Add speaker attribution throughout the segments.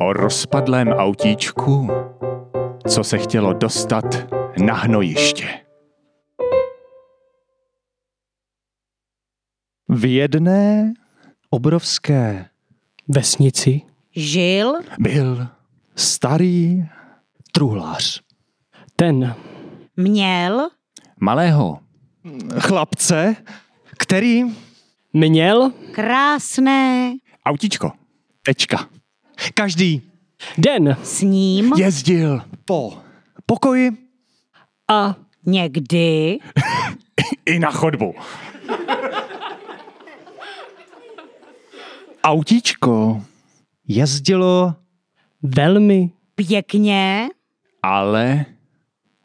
Speaker 1: o rozpadlém autíčku, co se chtělo dostat na hnojiště. V jedné obrovské
Speaker 2: vesnici
Speaker 3: Žil?
Speaker 1: byl starý truhlář.
Speaker 2: ten
Speaker 3: Měl?
Speaker 1: Malého chlapce, který...
Speaker 2: měl
Speaker 3: Krásné.
Speaker 1: Autíčko. Tečka. Každý
Speaker 2: den
Speaker 3: S ním?
Speaker 1: jezdil po pokoji
Speaker 2: a
Speaker 3: Někdy?
Speaker 1: i na chodbu. Autíčko jezdilo,
Speaker 2: velmi
Speaker 3: Pěkně?
Speaker 1: ale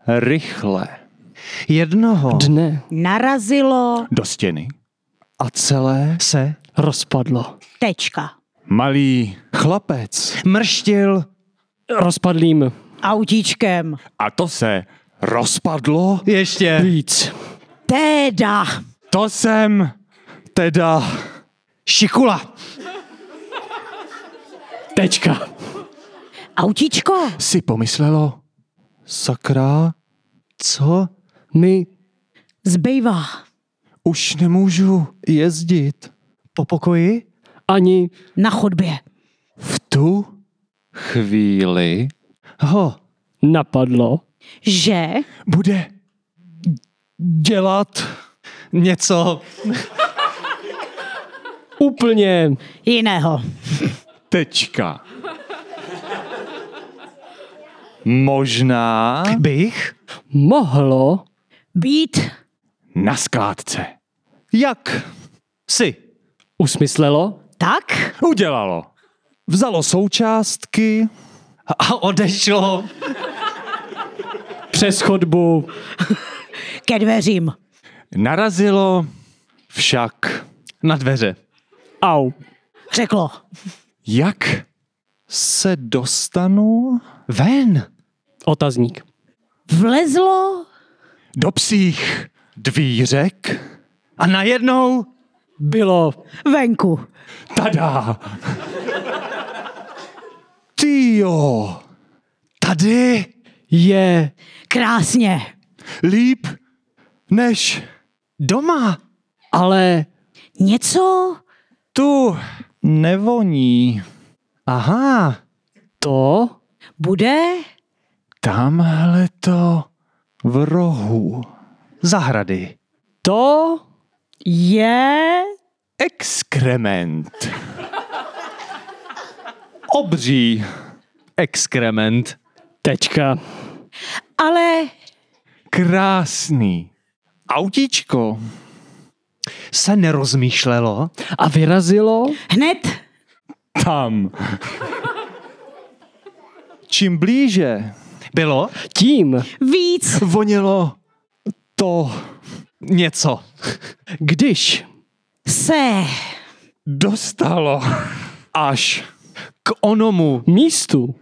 Speaker 1: rychle
Speaker 4: jednoho
Speaker 2: dne
Speaker 3: Narazilo?
Speaker 1: do stěny.
Speaker 4: a celé se
Speaker 2: rozpadlo.
Speaker 3: Tečka.
Speaker 1: Malý chlapec.
Speaker 4: mrštil
Speaker 2: Rozpadlým
Speaker 3: Autíčkem.
Speaker 1: A to se rozpadlo.
Speaker 4: ještě
Speaker 2: víc.
Speaker 3: Teda.
Speaker 1: To jsem teda...
Speaker 4: šikula.
Speaker 2: Tečka.
Speaker 3: Autíčko?
Speaker 1: si pomyslelo,
Speaker 4: Sakra, co
Speaker 2: My
Speaker 3: Zbývá.
Speaker 1: už nemůžu.
Speaker 4: jezdit po pokoji?
Speaker 2: ani
Speaker 3: Na chodbě.
Speaker 1: V tu chvíli
Speaker 4: Ho,
Speaker 2: napadlo
Speaker 3: Že?
Speaker 1: bude
Speaker 4: dělat něco.
Speaker 2: úplně
Speaker 3: Jiného.
Speaker 1: tečka. Možná
Speaker 4: Bych?
Speaker 2: mohlo
Speaker 3: Být?
Speaker 1: na skládce.
Speaker 4: Jak? Si.
Speaker 2: usmyslelo
Speaker 3: Tak?
Speaker 1: Udělalo.
Speaker 4: Vzalo součástky a odešlo.
Speaker 2: přes chodbu
Speaker 3: Ke dveřím.
Speaker 1: Narazilo však
Speaker 4: Na dveře.
Speaker 2: au
Speaker 3: Řeklo.
Speaker 1: jak se dostanu
Speaker 4: Ven.
Speaker 2: otazník.
Speaker 3: Vlezlo?
Speaker 1: do psích dvířek.
Speaker 4: A najednou
Speaker 2: Bylo
Speaker 3: Venku.
Speaker 1: Tada! Tyjo!
Speaker 4: tady
Speaker 2: je
Speaker 3: Krásně.
Speaker 1: Líp než
Speaker 4: doma.
Speaker 2: ale
Speaker 3: Něco?
Speaker 1: tu nevoní.
Speaker 4: Aha,
Speaker 2: to
Speaker 3: Bude?
Speaker 1: Tamhle to v rohu.
Speaker 4: zahrady.
Speaker 2: to
Speaker 3: Je?
Speaker 1: Exkrement. Obří.
Speaker 4: Exkrement.
Speaker 2: tečka
Speaker 3: Ale
Speaker 1: Krásný. Autíčko.
Speaker 4: Se nerozmýšlelo.
Speaker 2: a vyrazilo
Speaker 3: hned?
Speaker 1: Tam. Čím blíže
Speaker 4: Bylo
Speaker 2: tím
Speaker 3: Víc?
Speaker 1: vonilo to
Speaker 4: něco.
Speaker 2: Když
Speaker 3: Se?
Speaker 1: dostalo až
Speaker 4: K onomu
Speaker 2: místu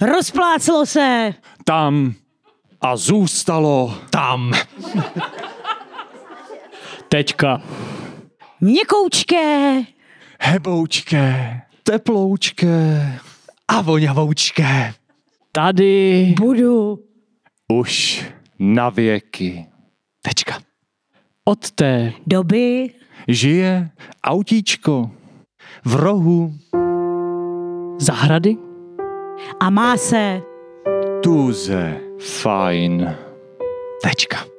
Speaker 3: Rozpláclo se?
Speaker 1: tam a zůstalo
Speaker 4: tam.
Speaker 2: tečka
Speaker 3: Měkoučké?
Speaker 1: heboučké, teploučké.
Speaker 4: A voňavoučké.
Speaker 2: tady
Speaker 3: Budu.
Speaker 1: Už na věky.
Speaker 4: Tečka.
Speaker 2: od té
Speaker 3: Doby?
Speaker 1: Žije autíčko
Speaker 4: V rohu
Speaker 2: zahrady
Speaker 3: A má se?
Speaker 1: tuze. Fajn.
Speaker 4: tečka.